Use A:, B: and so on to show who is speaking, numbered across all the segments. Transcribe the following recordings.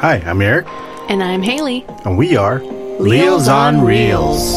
A: Hi, I'm Eric,
B: And I'm Haley.
A: and we are Leels on Reels.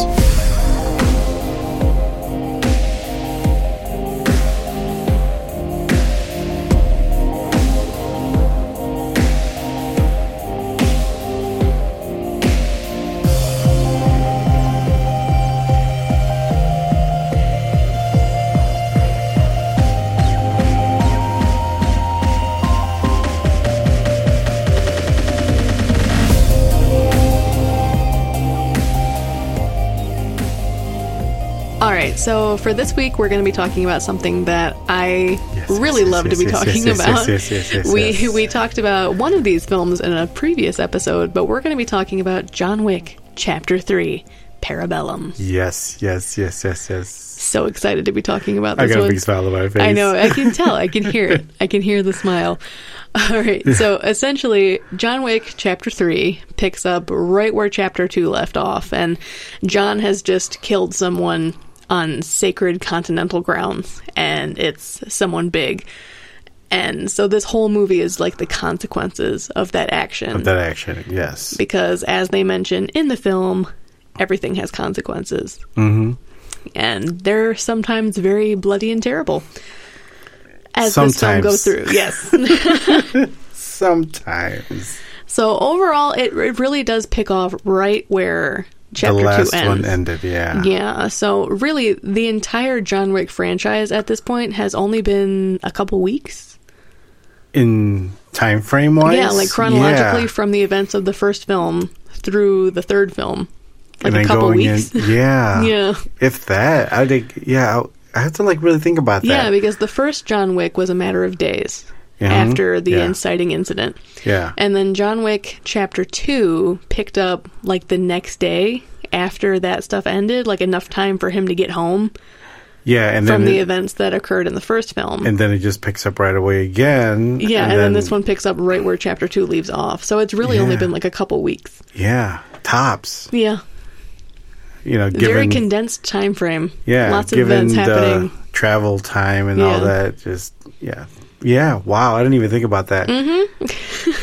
B: All right, so for this week, we're going to be talking about something that I
A: Yes,
B: really
A: yes,
B: love
A: yes,
B: to be
A: yes, yes,
B: talking
A: yes,
B: about.
A: yes, yes, yes, yes,
B: we
A: yes.
B: we talked about one of these films in a previous episode, but we're going to be talking about John Wick Chapter Three, Parabellum.
A: Yes, yes, yes, yes, yes.
B: So excited to be talking about
A: I
B: this
A: got a
B: one.
A: big smile on my face.
B: I know. I can tell. I can hear it. I can hear the smile. All right. So essentially, John Wick Chapter 3 picks up right where Chapter 2 left off, and John has just killed someone on sacred continental grounds, and it's someone big. And so this whole movie is like the consequences of that action
A: That action, yes.
B: because as they mention in the film everything has consequences mm-hmm. and they're sometimes very bloody and terrible as this film goes through
A: Sometimes.
B: yes
A: Sometimes.
B: so overall it, it really does pick off right where chapter
A: the last
B: two ends
A: one ended, yeah.
B: yeah so really the entire john wick franchise at this point has only been a couple weeks
A: In time frame wise?
B: yeah like chronologically
A: yeah.
B: from the events of the first film through the third film like
A: And
B: a
A: then
B: couple
A: going
B: weeks
A: In, yeah.
B: yeah
A: If that, I think, yeah, I, I have to like really think about that.
B: Yeah, because the first John Wick was a matter of days
A: Mhm.
B: after the
A: Yeah.
B: inciting incident.
A: yeah.
B: And then John Wick Chapter 2 picked up like the next day after that stuff ended, like enough time for him to get home
A: yeah, and
B: from
A: then
B: the
A: it-
B: events that occurred in the first film.
A: and then it just picks up right away again.
B: yeah, and, then, this one picks up right where Chapter 2 leaves off. So it's really only
A: Yeah.
B: been like a couple weeks.
A: Yeah, tops.
B: Yeah.
A: You know,
B: Very
A: given
B: condensed time frame.
A: yeah,
B: Lots of
A: given
B: events
A: the
B: happening.
A: travel time and all
B: Yeah.
A: that. Just yeah, yeah. Wow, I didn't even think about that.
B: it's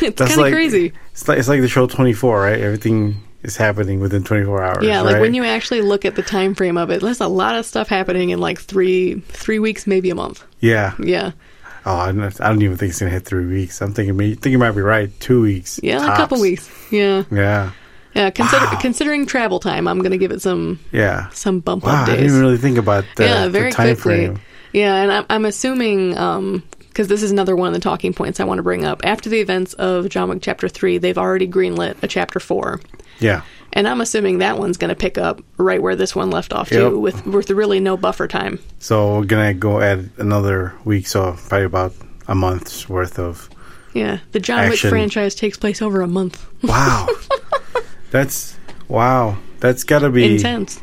A: That's
B: kind of
A: like-
B: Mm-hmm. crazy.
A: It's like it's like the show Twenty Four, right? Everything is happening within twenty four hours.
B: Yeah, like
A: right?
B: when you actually look at the time frame of it, there's a lot of stuff happening in like three three weeks, maybe a month.
A: Yeah.
B: Yeah,
A: Oh, I don't, I don't even think it's gonna hit three weeks. I'm thinking, may- I think you might be right. Two weeks.
B: yeah, a
A: tops.
B: couple weeks. Yeah,
A: Yeah.
B: yeah. Consider,
A: Wow.
B: Considering travel time, I'm gonna give it some
A: Yeah.
B: some bump
A: Wow,
B: up
A: I
B: days.
A: didn't even really think about the,
B: yeah,
A: the
B: very
A: time
B: quickly.
A: frame.
B: Yeah, and I'm, I'm assuming um because this is another one of the talking points I want to bring up after the events of John Wick Chapter Three, they've already greenlit a Chapter Four.
A: Yeah.
B: And I'm assuming that one's going to pick up right where this one left off,
A: Yep.
B: too, with with really no buffer time.
A: So we're gonna go add another week, so probably about a month's worth of
B: Yeah, the John
A: Action.
B: Wick franchise takes place over a month.
A: wow. that's wow. That's gotta be
B: intense.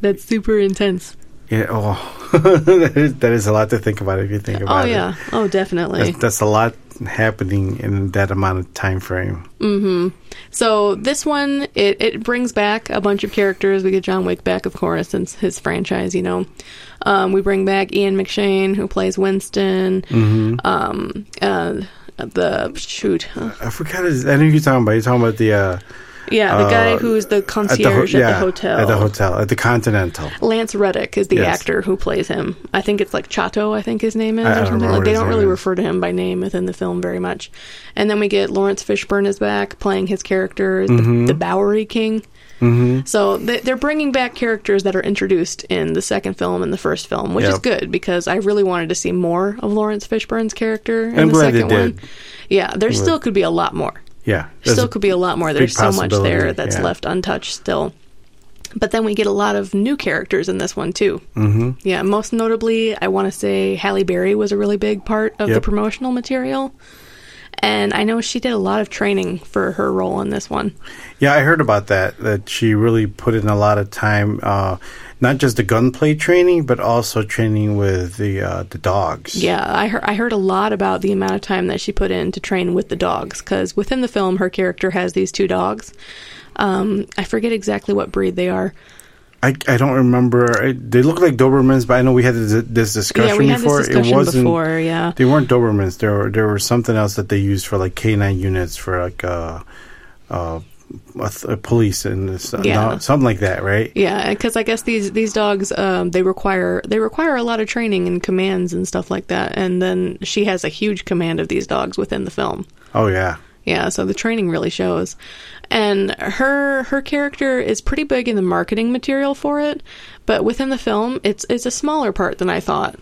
B: That's super intense.
A: Yeah, oh, that, is, that is a lot to think about if you think about
B: oh
A: it.
B: yeah. Oh definitely.
A: That's, that's a lot happening in that amount of time frame.
B: so this one it, it brings back a bunch of characters. We get John Wick back, of course, since his franchise, you know. Um, we bring back Ian McShane who plays Winston.
A: Mm-hmm.
B: Um uh the shoot. huh?
A: I forgot. His, I know who you're talking about. You're talking about the uh,
B: Yeah, the guy
A: Uh,
B: who's the
A: at the ho-
B: concierge at the,
A: yeah,
B: hotel.
A: at the hotel at the Continental.
B: Lance Reddick is the
A: Yes.
B: actor who plays him. I think it's like Chato, I think his name is,
A: I- I
B: or
A: don't
B: something.
A: remember
B: Like
A: what
B: they
A: his
B: don't
A: name
B: really
A: is.
B: refer to him by name within the film very much. And then we get Lawrence Fishburne is back playing his character, the,
A: Mm-hmm.
B: the Bowery King. So they- they're bringing back characters that are introduced in the second film and the first film, which is
A: Yep.
B: good because I really wanted to see more of Lawrence Fishburne's character in
A: I'm
B: the
A: glad they
B: second one.
A: did.
B: Yeah, there still could be a lot more
A: Yeah,
B: still could be a lot more. There's so much there
A: possibility,
B: that's
A: yeah.
B: left untouched still. But then we get a lot of new characters in this one too. Mm-hmm. Yeah, most notably, I want to say Halle Berry was a really big part of the
A: Yep.
B: promotional material, and I know she did a lot of training for her role in this one.
A: Yeah, I heard about that. That she really put in a lot of time, uh, not just the gunplay training, but also training with the uh, the dogs.
B: Yeah, I heard I heard a lot about the amount of time that she put in to train with the dogs because within the film, her character has these two dogs. Um, I forget exactly what breed they are.
A: I, I don't remember. I- They look like Dobermans, but I know we had this this discussion
B: yeah, we had
A: before.
B: this discussion before. Yeah,
A: They weren't Dobermans. There were there were something else that they used for like canine units for like uh, uh, a th- a police and this,
B: Yeah.
A: no, something like that, right?
B: yeah, because I guess these these dogs um, they require they require a lot of training and commands and stuff like that. And then she has a huge command of these dogs within the film.
A: Oh yeah,
B: Yeah, so the training really shows. And her her character is pretty big in the marketing material for it, but within the film it's it's a smaller part than I thought.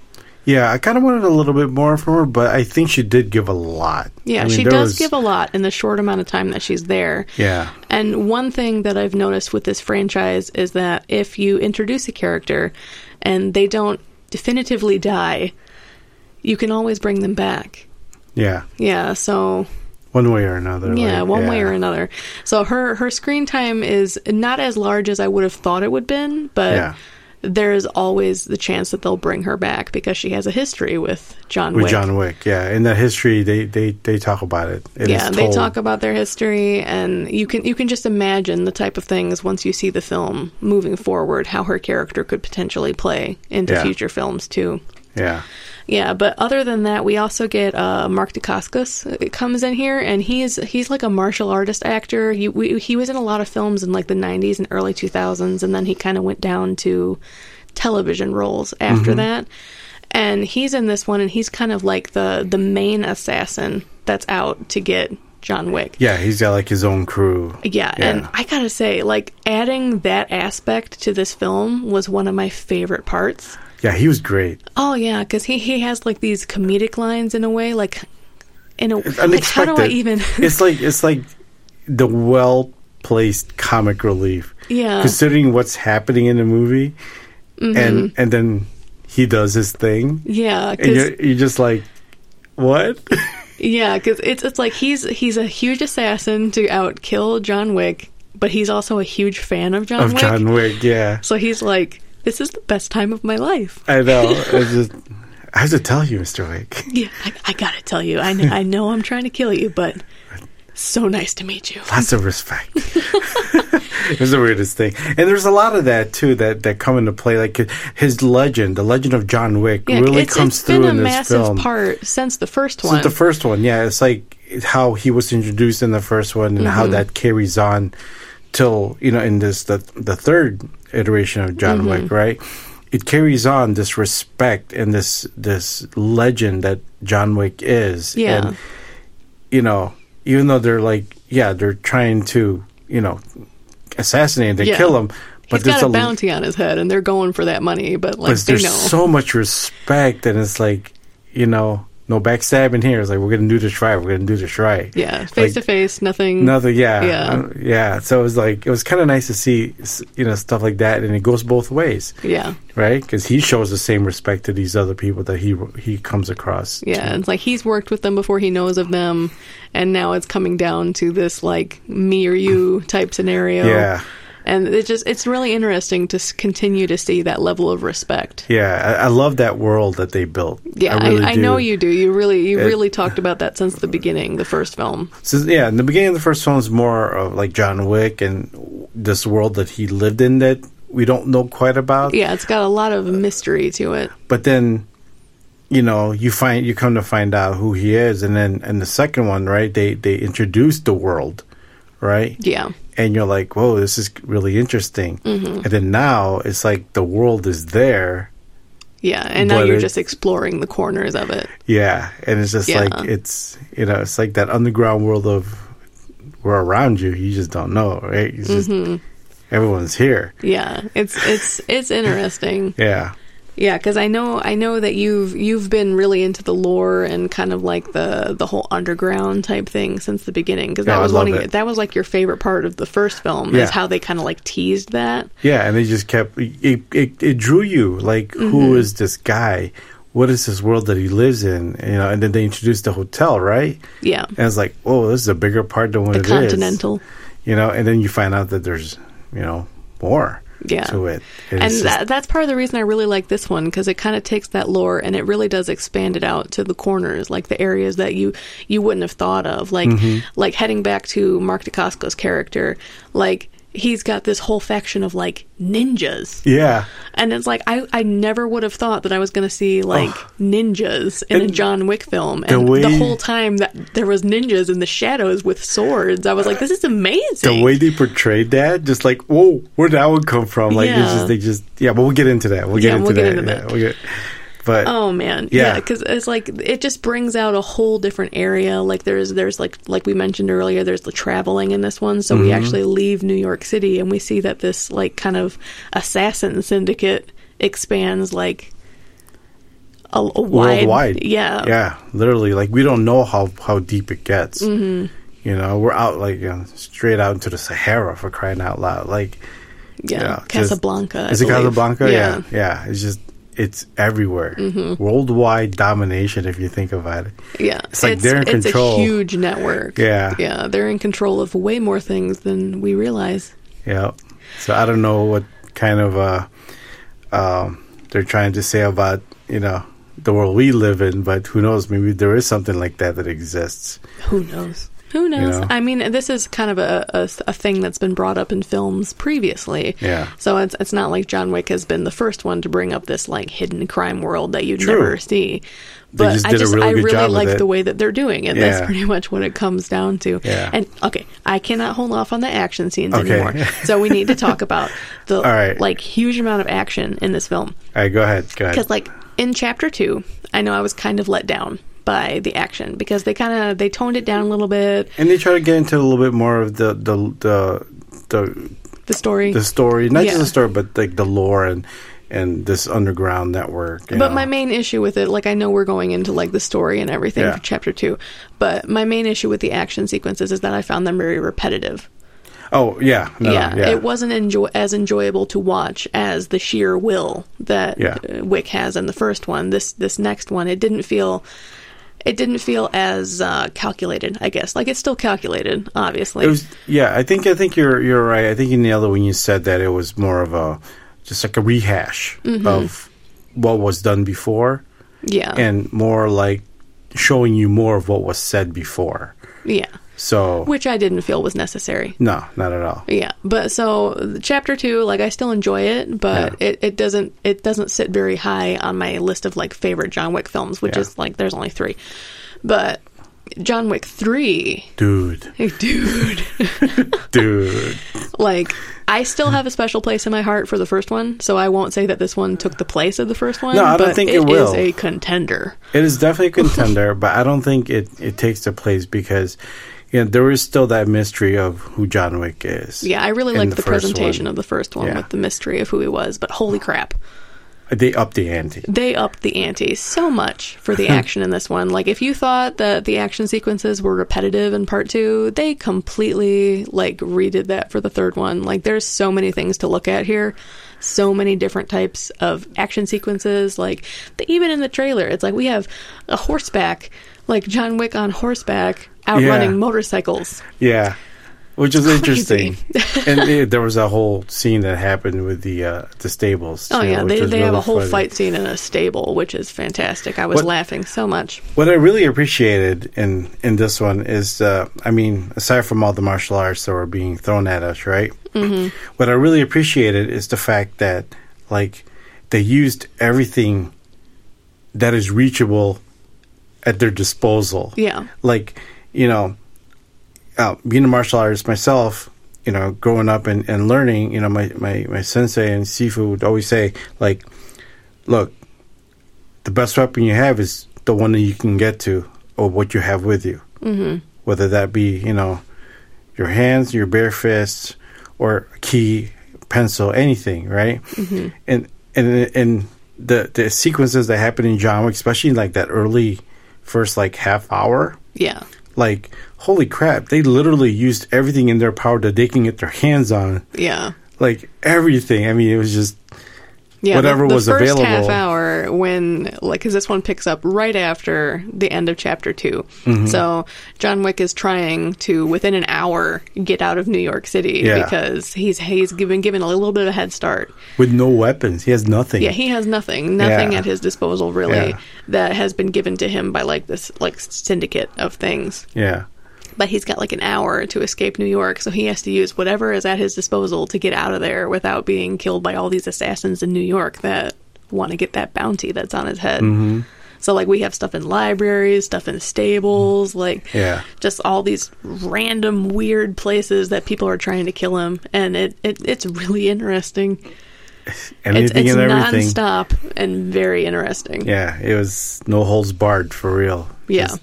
A: yeah. I kind of wanted a little bit more from her, but I think she did give a lot.
B: Yeah,
A: I mean,
B: she
A: there
B: does
A: was-
B: give a lot in the short amount of time that she's there.
A: Yeah,
B: And one thing that I've noticed with this franchise is that if you introduce a character and they don't definitively die, you can always bring them back.
A: yeah.
B: Yeah, so
A: One way or another.
B: yeah,
A: like,
B: one way or another. So her her screen time is not as large as I would have thought it would been, but
A: Yeah.
B: there is always the chance that they'll bring her back because she has a history with John
A: With
B: Wick.
A: John Wick, yeah. In that history, they they they talk about it. It
B: yeah,
A: is
B: they
A: told.
B: talk about their history, and you can you can just imagine the type of things once you see the film moving forward, how her character could potentially play into
A: Yeah.
B: future films too.
A: Yeah,
B: Yeah, but other than that, we also get uh, Mark Dacascos uh, comes in here, and he's he's like a martial artist actor. He we, he was in a lot of films in like the '90s and early 2000s, and then he kind of went down to television roles after that. And he's in this one, and he's kind of like the the main assassin that's out to get John Wick.
A: yeah. He's got like his own crew.
B: Yeah,
A: Yeah.
B: and I gotta say, like adding that aspect to this film was one of my favorite parts.
A: Yeah, he was great.
B: Oh yeah, because he he has like these comedic lines in a way, like in a like how
A: unexpected.
B: do I even?
A: it's like it's like the well placed comic relief,
B: yeah,
A: considering what's happening in the movie, and
B: Mm-hmm.
A: and then he does his thing,
B: yeah,
A: and
B: because
A: you're, you're just like, what?
B: yeah, 'cause it's it's like he's he's a huge assassin to outkill John Wick, but he's also a huge fan of John
A: of
B: Wick.
A: John Wick? Yeah,
B: So he's like, this is the best time of my life.
A: I know. It's just. I have to tell you, Mr. Wick.
B: Yeah, I, I gotta tell you, I know, I know I'm trying to kill you, but so nice to meet you.
A: Lots of respect. it was the weirdest thing, and there's a lot of that too that that come into play. Like his legend, the legend of John Wick,
B: Yeah,
A: really
B: it's,
A: comes
B: it's
A: through
B: been a
A: in this
B: massive
A: film.
B: part since the first one.
A: Since the first one, yeah, it's like how he was introduced in the first one and how
B: Mm-hmm.
A: that carries on till you know in this the the third iteration of John
B: Mm-hmm.
A: Wick, right? It carries on this respect and this this legend that John Wick is,
B: Yeah.
A: And, you know, even though they're like, yeah, they're trying to you know assassinate and
B: Yeah.
A: kill him, but
B: He's
A: there's
B: got a
A: a
B: bounty on his head, and they're going for that money. But like,
A: but
B: they know.
A: there's so much respect, and it's like, you know, no backstabbing here. It's like we're gonna do this right. We're gonna do this right.
B: yeah, face to
A: like,
B: face, nothing.
A: Nothing. Yeah.
B: Yeah.
A: Uh, yeah. So it was like it was kind of nice to see, s- you know, stuff like that, and it goes both ways,
B: Yeah,
A: right? Because he shows the same respect to these other people that he he comes across.
B: yeah. It's like he's worked with them before he knows of them, and now it's coming down to this like me or you type scenario.
A: Yeah.
B: and it just it's really interesting to s- continue to see that level of respect.
A: Yeah, I, I love that world that they built.
B: Yeah, I,
A: really
B: I,
A: do.
B: know you do. You really, you
A: It-
B: really talked about that since the beginning, the first film.
A: So yeah, in the beginning of the first film is more of like John Wick and this world that he lived in that we don't know quite about.
B: Yeah, it's got a lot of mystery to it.
A: but then you know you find you come to find out who he is and then and the second one right they they introduce the world right
B: Yeah,
A: and you're like whoa this is really interesting and then now it's like the world is there
B: yeah. And now
A: But
B: you're
A: it-
B: just exploring the corners of it.
A: yeah and it's just
B: Yeah.
A: like it's you know it's like that underground world of we're around you you just don't know right it's just everyone's here
B: Yeah, it's it's it's interesting.
A: yeah
B: Yeah, because I know I know that you've you've been really into the lore and kind of like the the whole underground type thing since the beginning. Because that
A: Yeah, I
B: was one
A: love
B: of
A: it.
B: your- that was like your favorite part of the first film
A: Yeah.
B: is how they kind of like teased that.
A: Yeah, and they just kept it. It, it drew you like,
B: Mm-hmm.
A: who is this guy? What is this world that he lives in? You know, and then they introduced the hotel, right?
B: Yeah,
A: And it's like, oh, this is a bigger part than what
B: the
A: it is.
B: continental.
A: You know, and then you find out that there's, you know, more
B: Yeah.
A: to it.
B: And
A: it's just-
B: that, that's part of the reason I really like this one because it kind of takes that lore and it really does expand it out to the corners, like the areas that you
A: Mm-hmm.
B: you wouldn't have thought of, like like heading back to Mark DeCasco's character, like he's got this whole faction of like ninjas.
A: Yeah.
B: And it's like I, I never would have thought that I was going to see like ninjas in a
A: And
B: John Wick film.
A: the
B: And the,
A: way-
B: whole time that there was ninjas in the shadows with swords, I was like, this is amazing.
A: The way they portrayed that, just like, whoa, where'd that one come from? Like, it's
B: Yeah.
A: just, they just, yeah, but we'll get into that. We'll get,
B: Yeah,
A: into,
B: we'll get
A: that.
B: into
A: Yeah,
B: that.
A: we'll get, but
B: Oh man,
A: Yeah.
B: yeah, because it's like it just brings out a whole different area. Like there's there's like like we mentioned earlier, there's the traveling in this one. So
A: Mm-hmm.
B: we actually leave New York City and we see that this like kind of assassin syndicate expands like a, a wide,
A: worldwide.
B: yeah,
A: Yeah, literally. Like, we don't know how, how deep it gets. You know, we're out, like, you know, straight out into the Sahara for crying out loud. Like,
B: yeah,
A: Yeah, just-
B: Casablanca. I
A: Is it
B: believe.
A: Casablanca? Yeah. Mm-hmm. yeah, It's just it's everywhere, worldwide domination. If you think about it,
B: yeah.
A: It's like they're in
B: it's
A: control.
B: a huge network.
A: Yeah.
B: yeah, they're in control of way more things than we realize.
A: yeah. So I don't know what kind of uh, um, they're trying to say about you know the world we live in, but who knows? Maybe there is something like that that exists.
B: Who knows? Who knows?
A: know?
B: I mean, this is kind of a, a, a thing that's been brought up in films previously.
A: Yeah.
B: So it's, it's not like John Wick has been the first one to bring up this like hidden crime world that you'd
A: True.
B: never see.
A: They
B: But
A: just
B: I
A: did a
B: just
A: really
B: I
A: good
B: really
A: job with
B: like
A: it.
B: the way that they're doing it.
A: Yeah.
B: That's pretty much what it comes down to.
A: Yeah.
B: And okay, I cannot hold off on the action scenes
A: Okay.
B: anymore. so we need to talk about the
A: right.
B: like huge amount of action in this film.
A: All right, go ahead. Go ahead.
B: Because like in chapter two, I know I was kind of let down by the action because they kind of they toned it down a little bit.
A: and they try to get into a little bit more of the the the the,
B: The story,
A: the story, not just
B: Yeah.
A: the story, but like the lore and and this underground network. you
B: but
A: know.
B: my main issue with it, like I know we're going into like the story and everything
A: Yeah.
B: for chapter two, but my main issue with the action sequences is that I found them very repetitive.
A: oh yeah, no,
B: yeah,
A: yeah,
B: it wasn't enjoy- as enjoyable to watch as the sheer will that
A: Yeah.
B: uh, Wick has in the first one. This this next one, it didn't feel. It didn't feel as uh, calculated, I guess. Like it's still calculated, obviously.
A: It was yeah. I think I think you're you're right. I think you nailed it when you said that it was more of a just like a rehash
B: Mm-hmm.
A: of what was done before,
B: yeah,
A: and more like showing you more of what was said before.
B: yeah,
A: So
B: which I didn't feel was necessary.
A: no, not at all.
B: Yeah, but so chapter two, like I still enjoy it, but it, it doesn't it doesn't sit very high on my list of like favorite John Wick films, which
A: Yeah.
B: is like there's only three. But John Wick three,
A: Dude,
B: dude,
A: dude.
B: like I still have a special place in my heart for the first one, so I won't say that this one took the place of the first one.
A: No, I don't
B: but
A: think it will.
B: is a contender.
A: It is definitely a contender, but I don't think it, it takes the place because you know, there is still that mystery of who John Wick is.
B: Yeah, I really
A: in
B: liked the,
A: first
B: presentation
A: one.
B: of the first one
A: Yeah.
B: with the mystery of who he was, but holy crap.
A: They upped the ante.
B: they upped the ante so much for the action in this one. Like if you thought that the action sequences were repetitive in part 2, they completely like redid that for the third one. Like there's so many things to look at here. So many different types of action sequences like the, even in the trailer it's like we have a horseback like John Wick on horseback outrunning
A: Yeah.
B: motorcycles.
A: Yeah, which is
B: crazy.
A: interesting. and uh, there was a whole scene that happened with the uh, the stables.
B: Oh
A: too,
B: yeah,
A: which
B: they
A: was
B: they have
A: really
B: a whole
A: funny.
B: fight scene in a stable, which is fantastic. I was
A: What-
B: laughing so much.
A: What I really appreciated in in this one is, uh, I mean, aside from all the martial arts that were being thrown at us, right? Mm-hmm. What I really appreciated is the fact that like they used everything that is reachable at their disposal.
B: Yeah.
A: like you know uh, being a martial artist myself you know growing up and, and learning you know my, my, my sensei and sifu would always say like look the best weapon you have is the one that you can get to or what you have with you mm-hmm. whether that be you know your hands your bare fists or a key pencil anything right mm-hmm. and and and the the sequences that happen in john wick especially in, like that early first like half hour
B: Yeah.
A: like holy crap they literally used everything in their power that they can get their hands on
B: Yeah.
A: like everything i mean it was just
B: yeah,
A: whatever
B: the, the
A: was
B: first
A: available.
B: half hour when like because this one picks up right after the end of chapter 2
A: Mm-hmm.
B: so john wick is trying to within an hour get out of new york city
A: Yeah.
B: because he's he's been given a little bit of a head start
A: with no weapons he has nothing
B: yeah he has nothing nothing
A: Yeah.
B: at his disposal really
A: Yeah.
B: that has been given to him by like this like syndicate of things
A: yeah
B: but he's got like an hour to escape New York, so he has to use whatever is at his disposal to get out of there without being killed by all these assassins in New York that want to get that bounty that's on his head.
A: Mm-hmm.
B: So like we have stuff in libraries, stuff in stables, like
A: Mm-hmm. Yeah.
B: just all these random weird places that people are trying to kill him, and it, it it's really interesting. It's,
A: Anything
B: it's
A: and everything.
B: nonstop and very interesting.
A: Yeah, it was no holds barred for real.
B: Yeah.
A: Just-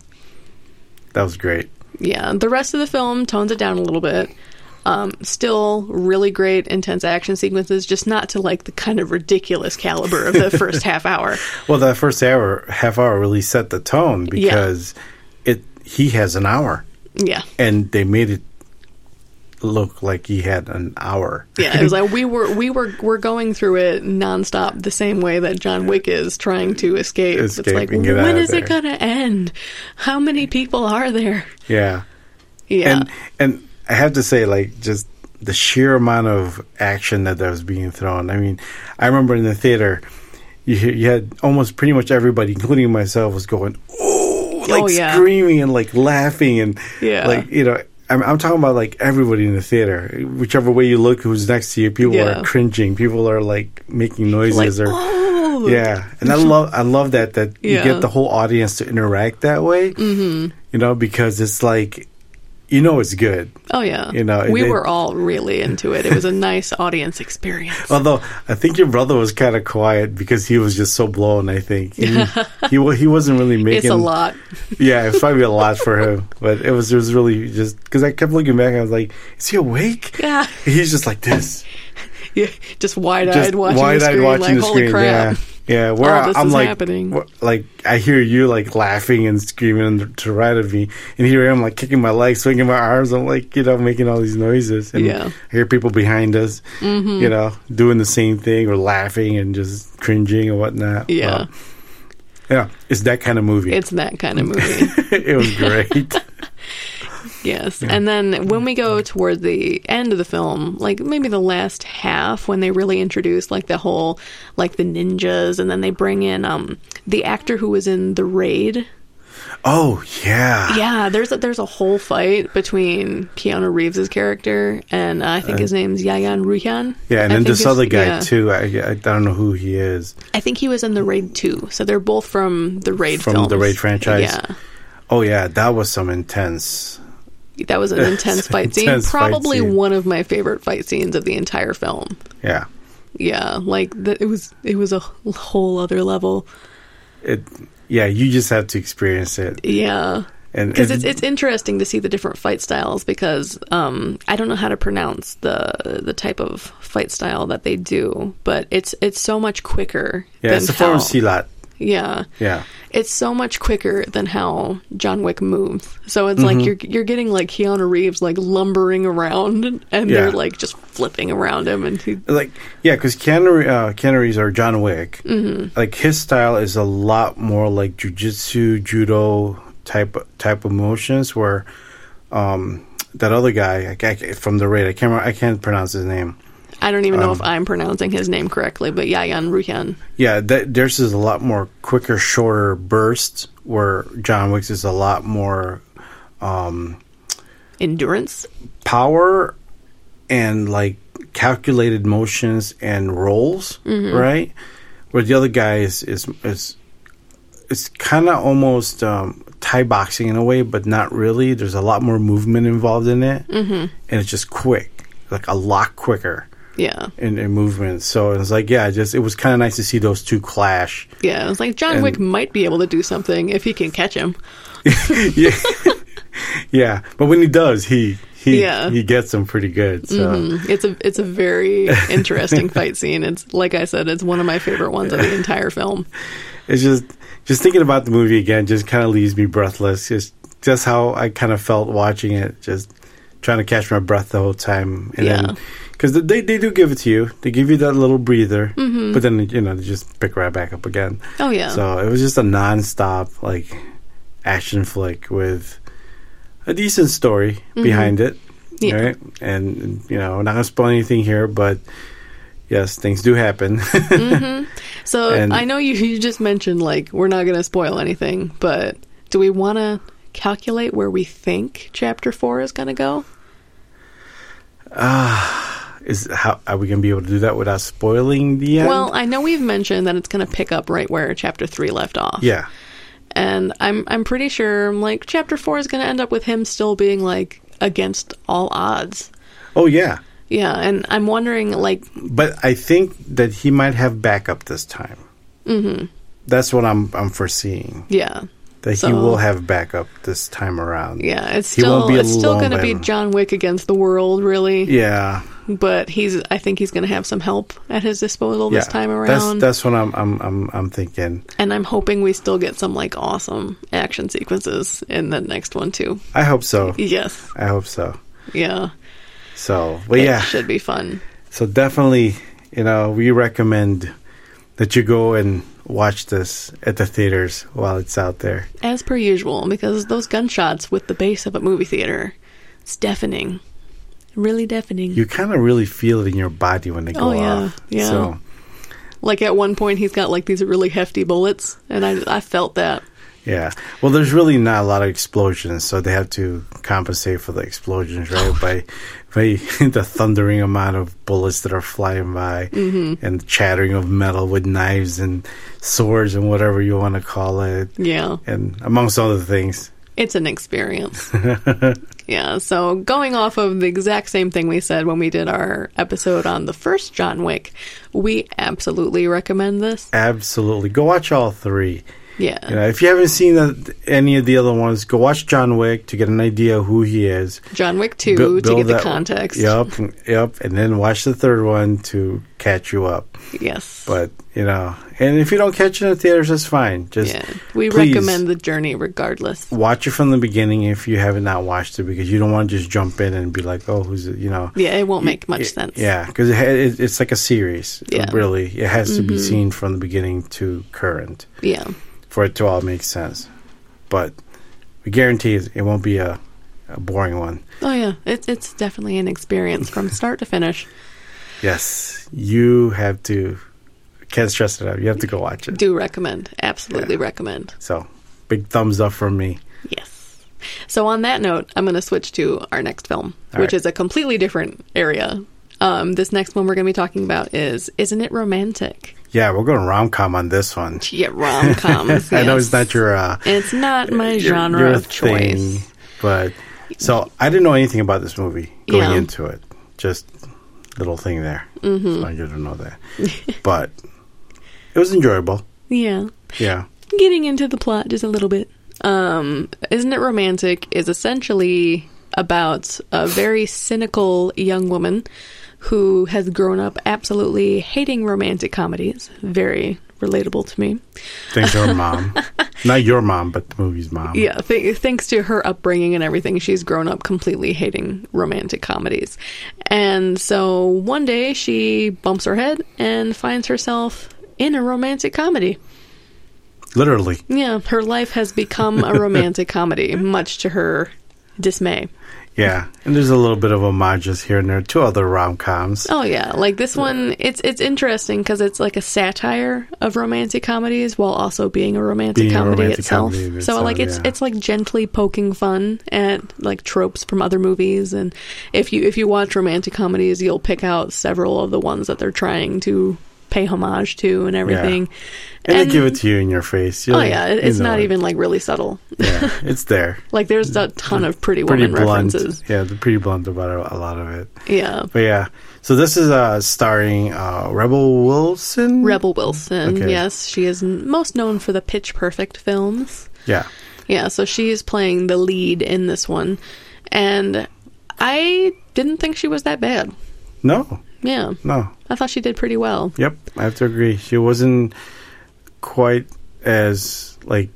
A: that was great.
B: yeah the rest of the film tones it down a little bit um, still really great intense action sequences just not to like the kind of ridiculous caliber of the first half hour
A: Well, that first hour, half hour, really set the tone because it he has an hour,
B: yeah
A: and they made it look like he had an hour.
B: yeah it was like we were we were we're going through it nonstop the same way that john wick is trying to escape, it's
A: Escape
B: like
A: and get out
B: when
A: of
B: is it
A: there."
B: gonna end how many people are there
A: Yeah.
B: yeah
A: and and I have to say, like, just the sheer amount of action that that was being thrown. I mean, I remember in the theater, you hear- you had almost pretty much everybody, including myself, was going, "Oh!" like
B: yeah.
A: screaming and like laughing and
B: Yeah.
A: like you know. I'm, I'm talking about like everybody in the theater. Whichever way you look, who's next to you, people
B: Yeah.
A: are cringing. People are like making
B: like
A: noises or
B: oh
A: yeah, and I love I love that that you
B: Yeah.
A: get the whole audience to interact that way. Mm-hmm. You know, because it's like, you know, it's good.
B: oh yeah
A: You know,
B: we
A: it-
B: were all really into it it was a nice audience experience
A: Although I think your brother was kind of quiet because he was just so blown. I think he he, wa- he wasn't really making.
B: it's a lot
A: Yeah, it's probably a lot for him. But it was it was really just because I kept looking back. and I was like, is he awake?
B: yeah
A: He's just like this,
B: yeah, just wide
A: just
B: eyed watching the
A: wide-eyed
B: screen, like holy
A: Yeah,
B: crap.
A: yeah. Where
B: All this
A: I'm
B: is
A: like,
B: happening.
A: wh- like I hear you like laughing and screaming on the- to the right of me, and here I am like kicking my legs, swinging my arms. I'm like, you know, making all these noises, and
B: Yeah. Mm-hmm.
A: I hear people behind us, you know, doing the same thing or laughing and just cringing and whatnot.
B: Yeah,
A: Wow. yeah, it's that kind of movie.
B: it's that kind of movie.
A: it was great.
B: yes, and then when we go toward the end of the film, like maybe the last half, when they really introduce like the whole like the ninjas, and then they bring in um the actor who was in the raid.
A: oh yeah,
B: Yeah, there's a, there's a whole fight between Keanu Reeves' character and uh, I think his name's Yayan Ruhian.
A: yeah, and
B: I
A: then
B: think
A: this
B: it's-
A: other guy
B: yeah.
A: too. I, I don't know who he is.
B: I think he was in the Raid too. So they're both from the Raid
A: From the
B: films.
A: Raid franchise?
B: Yeah,
A: Oh yeah, that was some intense.
B: that was an intense fight scene.
A: Intense fight
B: Probably
A: scene.
B: one of my favorite fight scenes of the entire film.
A: Yeah.
B: Yeah, like the, it was it was a whole other level.
A: It yeah, you just have to experience it.
B: Yeah.
A: And
B: Because
A: and-
B: it's it's interesting to see the different fight styles because um, I don't know how to pronounce the the type of fight style that they do, but it's it's so much quicker.
A: yeah,
B: than
A: it's a form of
B: how-
A: silat.
B: Yeah,
A: Yeah.
B: it's so much quicker than how John Wick moves. So it's
A: Mm-hmm.
B: like you're you're getting like Keanu Reeves like lumbering around, and
A: Yeah.
B: they're like just flipping around him, and he,
A: Like yeah, because Canary uh Canaries are John Wick.
B: Mm-hmm.
A: Like his style is a lot more like jujitsu, judo type type of motions where um that other guy I, ca- from the raid, I can't remember, I can't pronounce his name.
B: I don't even know
A: Um,
B: if I'm pronouncing his name correctly, but Yayan Ruhian.
A: Yeah, that, theirs is a lot more quicker, shorter bursts. Where John Wick's is a lot more
B: Endurance.
A: power and like calculated motions and rolls, right? Where the other guy is is is it's kind of almost um, Thai boxing in a way, but not really. There's a lot more movement involved in it, mm-hmm. and it's just quick, like a lot quicker
B: Yeah.
A: in, in movement. So it's like, yeah, just it was kind of nice to see those two clash.
B: Yeah. It's like John
A: And-
B: Wick might be able to do something if he can catch him.
A: yeah, yeah. But when he does, he he
B: Yeah. Mm-hmm.
A: he gets them pretty good. So.
B: It's a it's a very interesting fight scene. It's like I said, it's one of my favorite ones of the entire film.
A: it's just just thinking about the movie again just kind of leaves me breathless just just how i kind of felt watching it just trying to catch my breath the whole time and
B: Yeah.
A: then because they, they do give it to you they give you that little breather but then you know they just pick right back up again
B: Mm-hmm. Oh yeah.
A: so it was just a non-stop like action flick with a decent story behind it
B: Mm-hmm. Yeah.
A: right and you know I'm not gonna spoil anything here but yes things do happen
B: So
A: And-
B: I know you, you just mentioned like we're not going to spoil anything, but do we want to calculate where we think chapter four is going to go?
A: Is how are we gonna be able to do that without spoiling the end?
B: Well, I know we've mentioned that it's going to pick up right where chapter three left off.
A: yeah,
B: and I'm I'm pretty sure like chapter four is going to end up with him still being like against all odds.
A: oh yeah.
B: Yeah, and I'm wondering like
A: But I think that he might have backup this time. Mm-hmm. That's what I'm I'm foreseeing
B: yeah.
A: that he
B: So-
A: will have backup this time around.
B: Yeah, it's
A: He won't
B: still
A: be
B: it's still going to be
A: alone.
B: John Wick against the world, really.
A: yeah,
B: But he's I think he's going to have some help at his disposal this
A: yeah.
B: time
A: That's
B: around,
A: that's what I'm I'm I'm, I'm thinking.
B: and I'm hoping we still get some like awesome action sequences in the next one too.
A: I hope so.
B: Yes,
A: I hope so.
B: yeah,
A: So, but
B: It
A: yeah,
B: should be fun.
A: so definitely, you know, we recommend that you go and watch this at the theaters while it's out there.
B: as per usual, because those gunshots with the bass of a movie theater, it's deafening. Really deafening.
A: You kind of really feel it in your body when they go
B: Oh, yeah.
A: off.
B: Yeah.
A: So,
B: like at one point, he's got like these really hefty bullets, and I, I felt that.
A: yeah. Well, there's really not a lot of explosions, so they have to compensate for the explosions, right?
B: Oh.
A: by by the thundering amount of bullets that are flying by
B: Mm-hmm.
A: and the chattering of metal with knives and swords and whatever you want to call it.
B: Yeah,
A: And amongst other things.
B: it's an experience. yeah, so going off of the exact same thing we said when we did our episode on the first John Wick, we absolutely recommend this.
A: Absolutely. Go watch all three.
B: Yeah.
A: You know, if you haven't seen the, any of the other ones, go watch John Wick to get an idea of who he is.
B: John Wick 2
A: Bu-
B: to
A: build
B: get the
A: that-
B: context.
A: Yep, yep. And then watch the third one to catch you up.
B: Yes.
A: But, you know, and if you don't catch it in the theaters, that's fine. Just
B: yeah. We
A: please
B: recommend the journey regardless.
A: Watch it from the beginning if you have not watched it because you don't want to just jump in and be like, oh, who's it? You know.
B: Yeah, it won't make much
A: Y-
B: sense.
A: Yeah, because it, ha- it, it's like a series,
B: Yeah. Mm-hmm.
A: really. It has to be seen from the beginning to current.
B: Yeah.
A: for it to all make sense. But we guarantee it it won't be a, a boring one.
B: Oh yeah, it's it's definitely an experience from start to finish.
A: Yes, you have to. Can't stress it out. You have to go watch it.
B: Do recommend. Absolutely recommend.
A: So, big thumbs up from me.
B: Yes. So on that note, I'm going to switch to our next film,
A: All
B: which
A: right.
B: is a completely different area. Um, this next one we're going to be talking about is Isn't It Romantic?
A: Yeah, we're going rom com on this one.
B: Yeah, rom coms.
A: I know it's not your uh,
B: It's not my
A: your-
B: genre
A: your
B: of
A: thing,
B: choice.
A: but so I didn't know anything about this movie going
B: Yeah.
A: into it. Just little thing there. Mm-hmm. I didn't know that, but it was enjoyable.
B: Yeah.
A: Yeah.
B: getting into the plot just a little bit. Um, Isn't It Romantic is essentially about a very cynical young woman who has grown up absolutely hating romantic comedies. Very relatable to me.
A: Thanks to her mom. Not your mom, but the movie's mom.
B: Yeah, th- thanks to her upbringing and everything, she's grown up completely hating romantic comedies. And so one day she bumps her head and finds herself in a romantic comedy.
A: Literally.
B: Yeah, her life has become a romantic comedy, much to her dismay.
A: Yeah. And there's a little bit of homages here and there to other rom coms.
B: Oh yeah, like this one, it's it's interesting because it's like a satire of romantic comedies while also being a romantic
A: Being a
B: comedy
A: romantic
B: itself.
A: comedy in
B: so
A: itself,
B: like it's
A: yeah.
B: it's like gently poking fun at like tropes from other movies, and if you if you watch romantic comedies, you'll pick out several of the ones that they're trying to pay homage to and everything.
A: And, they give it to you in your face. You're
B: oh
A: like,
B: yeah, it-
A: you
B: it's
A: know
B: not
A: it.
B: even like really subtle.
A: Yeah, it's there.
B: Like there's a ton of Pretty
A: pretty
B: Woman
A: blunt.
B: references.
A: Yeah, they're pretty blunt about a lot of it.
B: Yeah.
A: But yeah, so this is uh, starring uh, Rebel Wilson.
B: Rebel Wilson.
A: Okay.
B: Yes, she is n- most known for the Pitch Perfect films.
A: Yeah.
B: Yeah, so she is playing the lead in this one. And I didn't think she was that bad.
A: No,
B: Yeah.
A: no.
B: I thought she did pretty well.
A: Yep, I have to agree. She wasn't quite as like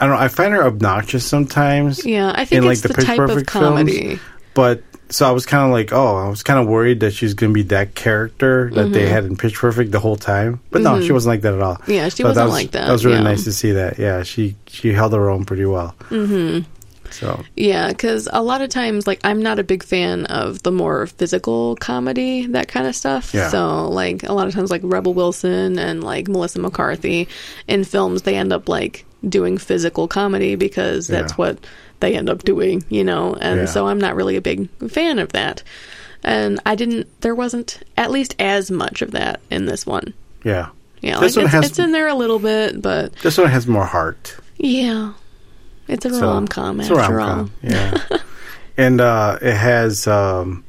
A: I don't know. I find her obnoxious sometimes.
B: Yeah, I think
A: In, like,
B: it's
A: the
B: the,
A: Pitch
B: type of
A: Perfect films?
B: comedy.
A: But so I was kind of like, oh, I was kind of worried that she's going to be that character that they had in Pitch Perfect the whole time. But no, she wasn't like that at all.
B: Mm-hmm. Yeah, she
A: So
B: wasn't
A: was,
B: like that,
A: That was really
B: yeah.
A: nice to see that. Yeah, she she held her own pretty well. Mm-hmm. So
B: Yeah, because a lot of times, like, I'm not a big fan of the more physical comedy, that kind of stuff.
A: Yeah.
B: So, like, a lot of times, like, Rebel Wilson and, like, Melissa McCarthy in films, they end up, like, doing physical comedy because that's
A: Yeah.
B: what they end up doing, you know. And
A: Yeah.
B: so I'm not really a big fan of that. And I didn't, there wasn't at least as much of that in this one.
A: Yeah.
B: Yeah, like
A: This
B: it's,
A: one has-
B: it's in there a little bit, but
A: This one has more heart.
B: yeah, it's a
A: So,
B: rom com
A: it's a
B: after
A: rom-com,
B: all.
A: Yeah. and uh, it has um,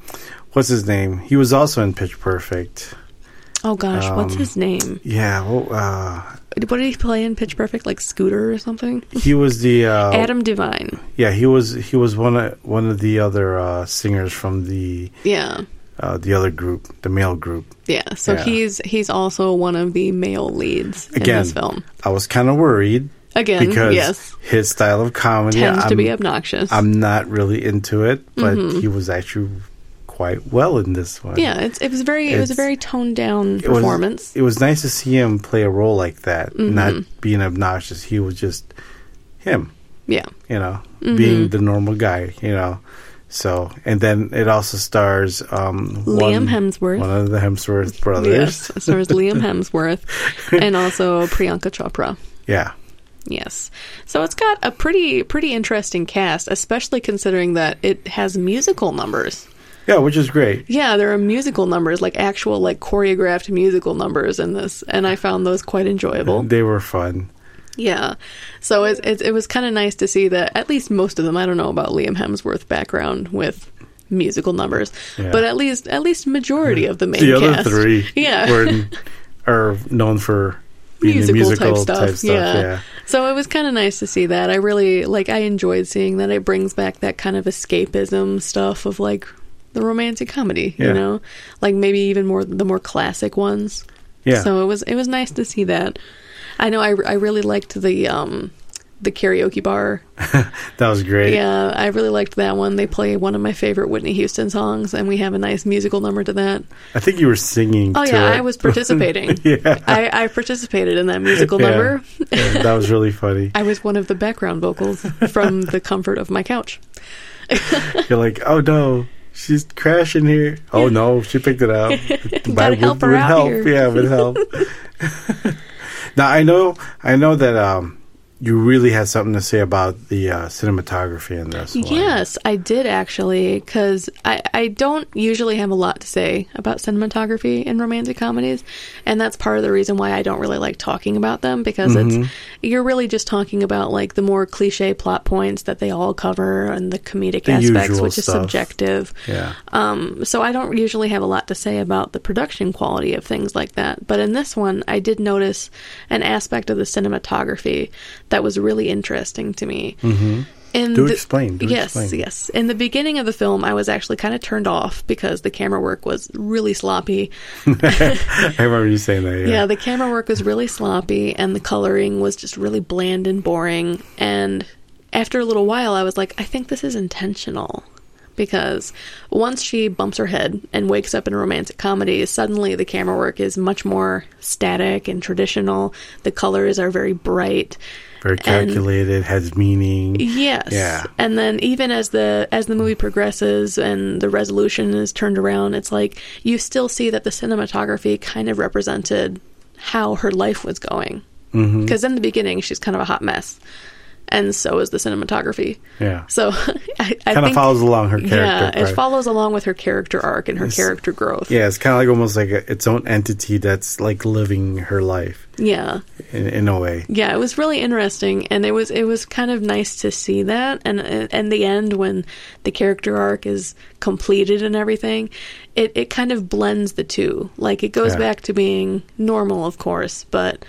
A: what's his name? He was also in Pitch Perfect.
B: Oh gosh, what's
A: Um,
B: his name?
A: Yeah. Well, uh,
B: What did he play in Pitch Perfect? Like Scooter or something?
A: he was the uh,
B: Adam Devine.
A: Yeah, he was he was one of one of the other uh, singers from the
B: Yeah.
A: uh, the other group, the male group.
B: Yeah. So
A: Yeah.
B: he's he's also one of the male leads in
A: Again.
B: this film.
A: I was kind of worried
B: Again,
A: because
B: yes.
A: his style of comedy
B: Tends
A: I'm,
B: to be obnoxious.
A: I'm not really into it, but he was actually quite well in this one.
B: yeah, it's, it was very it was a
A: It's-
B: very toned down
A: It was-
B: performance. Mm-hmm.
A: It was, nice to see him play a role like that, not being obnoxious. He was just him,
B: yeah.
A: you know,
B: Mm-hmm.
A: being the normal guy, you know. So, and then it also stars um,
B: Liam Hemsworth.
A: one of the Hemsworth brothers.
B: Yes. As far as Liam Hemsworth and also Priyanka Chopra.
A: Yeah,
B: Yes. So it's got a pretty pretty interesting cast, especially considering that it has musical numbers.
A: yeah, which is great.
B: Yeah, there are musical numbers, like actual like choreographed musical numbers in this, and I found those quite enjoyable.
A: They were fun.
B: Yeah. So it it, it was kind of nice to see that at least most of them, I don't know about Liam Hemsworth background with musical numbers,
A: Yeah.
B: but at least at least majority of the main
A: The other
B: cast.
A: three,
B: Yeah.
A: were in- are known for being the musical type stuff.
B: Yeah.
A: yeah.
B: So it was kind of nice to see that. I really like. I enjoyed seeing that. It brings back that kind of escapism stuff of like the romantic comedy.
A: Yeah.
B: You know, like maybe even more the more classic ones.
A: Yeah.
B: So it was it was nice to see that. I know I, I really liked the um the karaoke bar.
A: that was great.
B: Yeah, I really liked that one. They play one of my favorite Whitney Houston songs, and we have a nice musical number to that.
A: I think you were singing.
B: Oh
A: to
B: yeah,
A: it.
B: I was participating.
A: yeah.
B: I, I participated in that musical
A: Yeah.
B: number.
A: Yeah, that was really funny.
B: I was one of the background vocals from the comfort of my couch.
A: You're like, oh no, she's crashing here. Oh no, she picked it up.
B: Gotta help her out
A: help.
B: here.
A: Yeah, with help. now I know, I know that um, you really had something to say about the uh, cinematography in this. one.
B: Yes, I did actually, because I, I don't usually have a lot to say about cinematography in romantic comedies, and that's part of the reason why I don't really like talking about them because it's
A: Mm-hmm.
B: you're really just talking about like the more cliche plot points that they all cover and the comedic
A: The
B: aspects,
A: usual
B: which is
A: stuff.
B: subjective.
A: Yeah.
B: Um, so I don't usually have a lot to say about the production quality of things like that, but in this one, I did notice an aspect of the cinematography that was really interesting to me. Mm-hmm. In
A: Do
B: the-
A: explain, do
B: yes,
A: explain.
B: yes. In the beginning of the film, I was actually kind of turned off because the camera work was really sloppy.
A: I remember you saying that. Yeah.
B: Yeah, the camera work was really sloppy and the coloring was just really bland and boring. And after a little while, I was like, I think this is intentional. Because once she bumps her head and wakes up in a romantic comedy, suddenly the camera work is much more static and traditional. The colors are very bright.
A: Very calculated, has meaning.
B: Yes.
A: Yeah.
B: And then even as the as the movie progresses and the resolution is turned around, it's like you still see that the cinematography kind of represented how her life was going. Because
A: Mm-hmm.
B: in the beginning, she's kind of a hot mess, and so is the cinematography.
A: Yeah.
B: So I, I
A: Kind of
B: think
A: follows along her character.
B: yeah, it
A: part.
B: follows along with her character arc and her character growth.
A: Yeah, it's kind of like almost like a, its own entity that's like living her life
B: yeah.
A: in, in a way.
B: yeah it was really interesting and it was it was kind of nice to see that and and the end when the character arc is completed and everything it it kind of blends the two like it goes
A: Yeah.
B: back to being normal of course but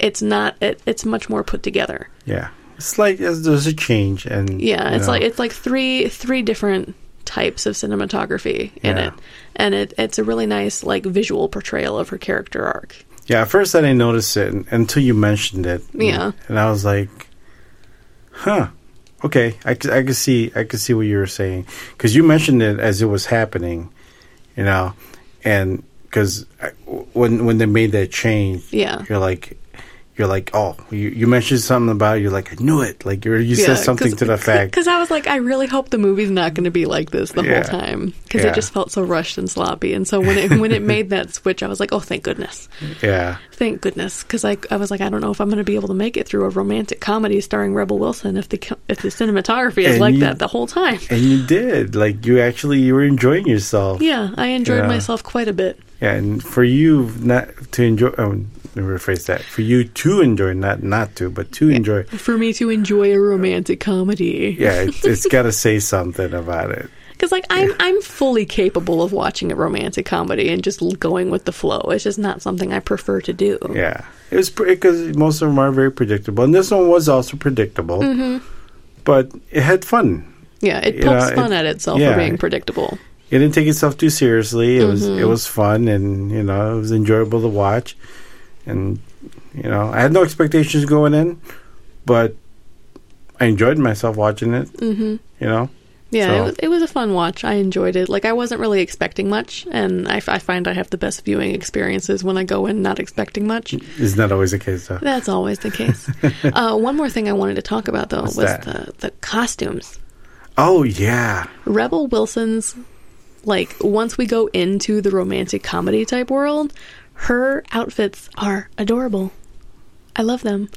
B: it's not it, it's much more put together
A: Yeah, it's like it's, there's a change, and
B: yeah,
A: you
B: it's
A: know,
B: like it's like three three different types of cinematography in
A: Yeah.
B: it and it it's a really nice like visual portrayal of her character arc
A: yeah. At first, I didn't notice it un- until you mentioned it. Mm.
B: Yeah.
A: and I was like, huh. Okay, I could, I could see I could see what you were saying because you mentioned it as it was happening, you know, and because when when they made that change,
B: Yeah.
A: you're like, you're like, oh, you, you mentioned something about it, you're like, I knew it. Like you you said something to the fact.
B: Because I was like, I really hope the movie's not going to be like this the
A: Yeah.
B: whole time because
A: Yeah.
B: it just felt so rushed and sloppy. And so when it when it made that switch, I was like, oh, thank goodness,
A: Yeah,
B: thank goodness, because I I was like, I don't know if I'm going to be able to make it through a romantic comedy starring Rebel Wilson if the co- if the cinematography is
A: And
B: like
A: you-
B: that the whole time.
A: and you did. Like you actually you were enjoying yourself.
B: Yeah, I enjoyed
A: Yeah.
B: myself quite a bit.
A: Yeah, and for you not to enjoy. Um, let me rephrase that. For you to enjoy, not not to, but to enjoy.
B: For me to enjoy a romantic comedy.
A: Yeah, it, it's got to say something about it.
B: Because like I'm I'm fully capable of watching a romantic comedy and just l- going with the flow. It's just not something I prefer to do.
A: Yeah, it was because most of them are very predictable, and this one was also predictable. But it had fun.
B: Yeah, it
A: You
B: pokes
A: know,
B: fun
A: it-
B: at itself
A: yeah.
B: for being predictable.
A: It didn't take itself too seriously. It was it was fun, and you know it was enjoyable to watch. And you know I had no expectations going in, but I enjoyed myself watching it. Mm-hmm. You know,
B: Yeah,
A: So-
B: it, was, it was a fun watch. I enjoyed it. Like I wasn't really expecting much, and I, f- I find I have the best viewing experiences when I go in not expecting much.
A: it's not always the case though.
B: That's always the case. uh, one more thing I wanted to talk about though was
A: that?
B: the the costumes.
A: Oh yeah,
B: Rebel Wilson's like once we go into the romantic comedy type world, her outfits are adorable. I love them.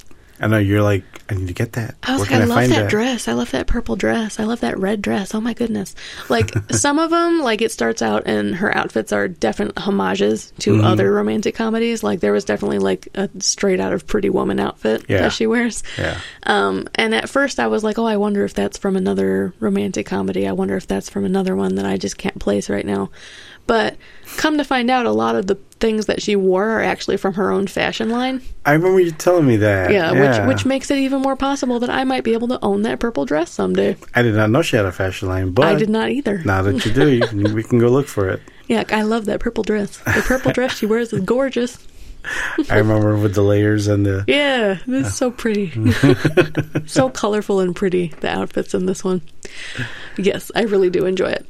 A: I know you're like I need to get that.
B: I was
A: Where
B: like, I
A: can I,
B: love
A: find
B: that,
A: that?
B: dress. I love that purple dress. I love that red dress. Oh my goodness! Like some of them, like it starts out and her outfits are definite homages to
A: Mm-hmm.
B: other romantic comedies. Like there was definitely like a straight out of Pretty Woman outfit
A: Yeah.
B: that she wears.
A: Yeah.
B: Um, and at first I was like, oh, I wonder if that's from another romantic comedy. I wonder if that's from another one that I just can't place right now. But come to find out, a lot of the things that she wore are actually from her own fashion line.
A: I remember you telling me that.
B: Yeah, which which makes it even more possible that I might be able to own that purple dress someday.
A: I did not know she had a fashion line, but
B: I did not either.
A: Now that you do, you can, we can go look for it.
B: Yeah, I love that purple dress. The purple dress she wears is gorgeous.
A: I remember with the layers and the
B: Yeah, this is so pretty. so colorful and pretty, the outfits in this one. Yes, I really do enjoy it.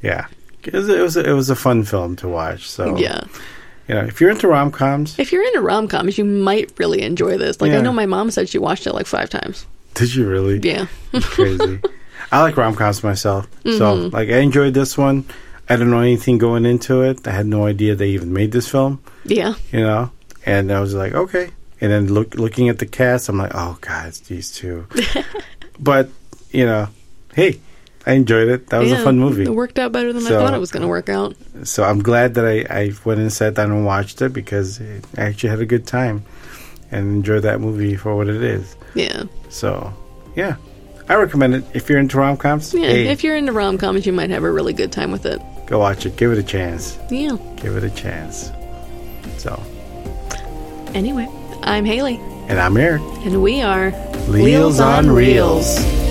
A: yeah. It was, it was it was a fun film to watch. So
B: Yeah.
A: you know, if you're into rom coms,
B: If you're into rom coms, you might really enjoy this. Like,
A: Yeah.
B: I know my mom said she watched it like five times.
A: did you really?
B: Yeah.
A: crazy. I like rom coms myself, so
B: Mm-hmm.
A: like I enjoyed this one. I didn't know anything going into it. I had no idea they even made this film.
B: Yeah.
A: you know and i was like okay and then look looking at the cast i'm like oh god it's these two but you know hey i enjoyed it that was
B: Yeah.
A: a fun movie
B: It worked out better than
A: So-
B: I thought it was going to work out.
A: so i'm glad that I, I went and sat down and watched it because it, i actually had a good time and enjoyed that movie for what it is
B: Yeah.
A: so yeah i recommend it if you're into rom-coms
B: Yeah.
A: hey,
B: If you're into rom coms, you might have a really good time with it.
A: go watch it give it a chance
B: Yeah.
A: give it a chance so
B: Anyway, I'm Haley,
A: and i'm eric
B: and we are
A: Reels on Reels.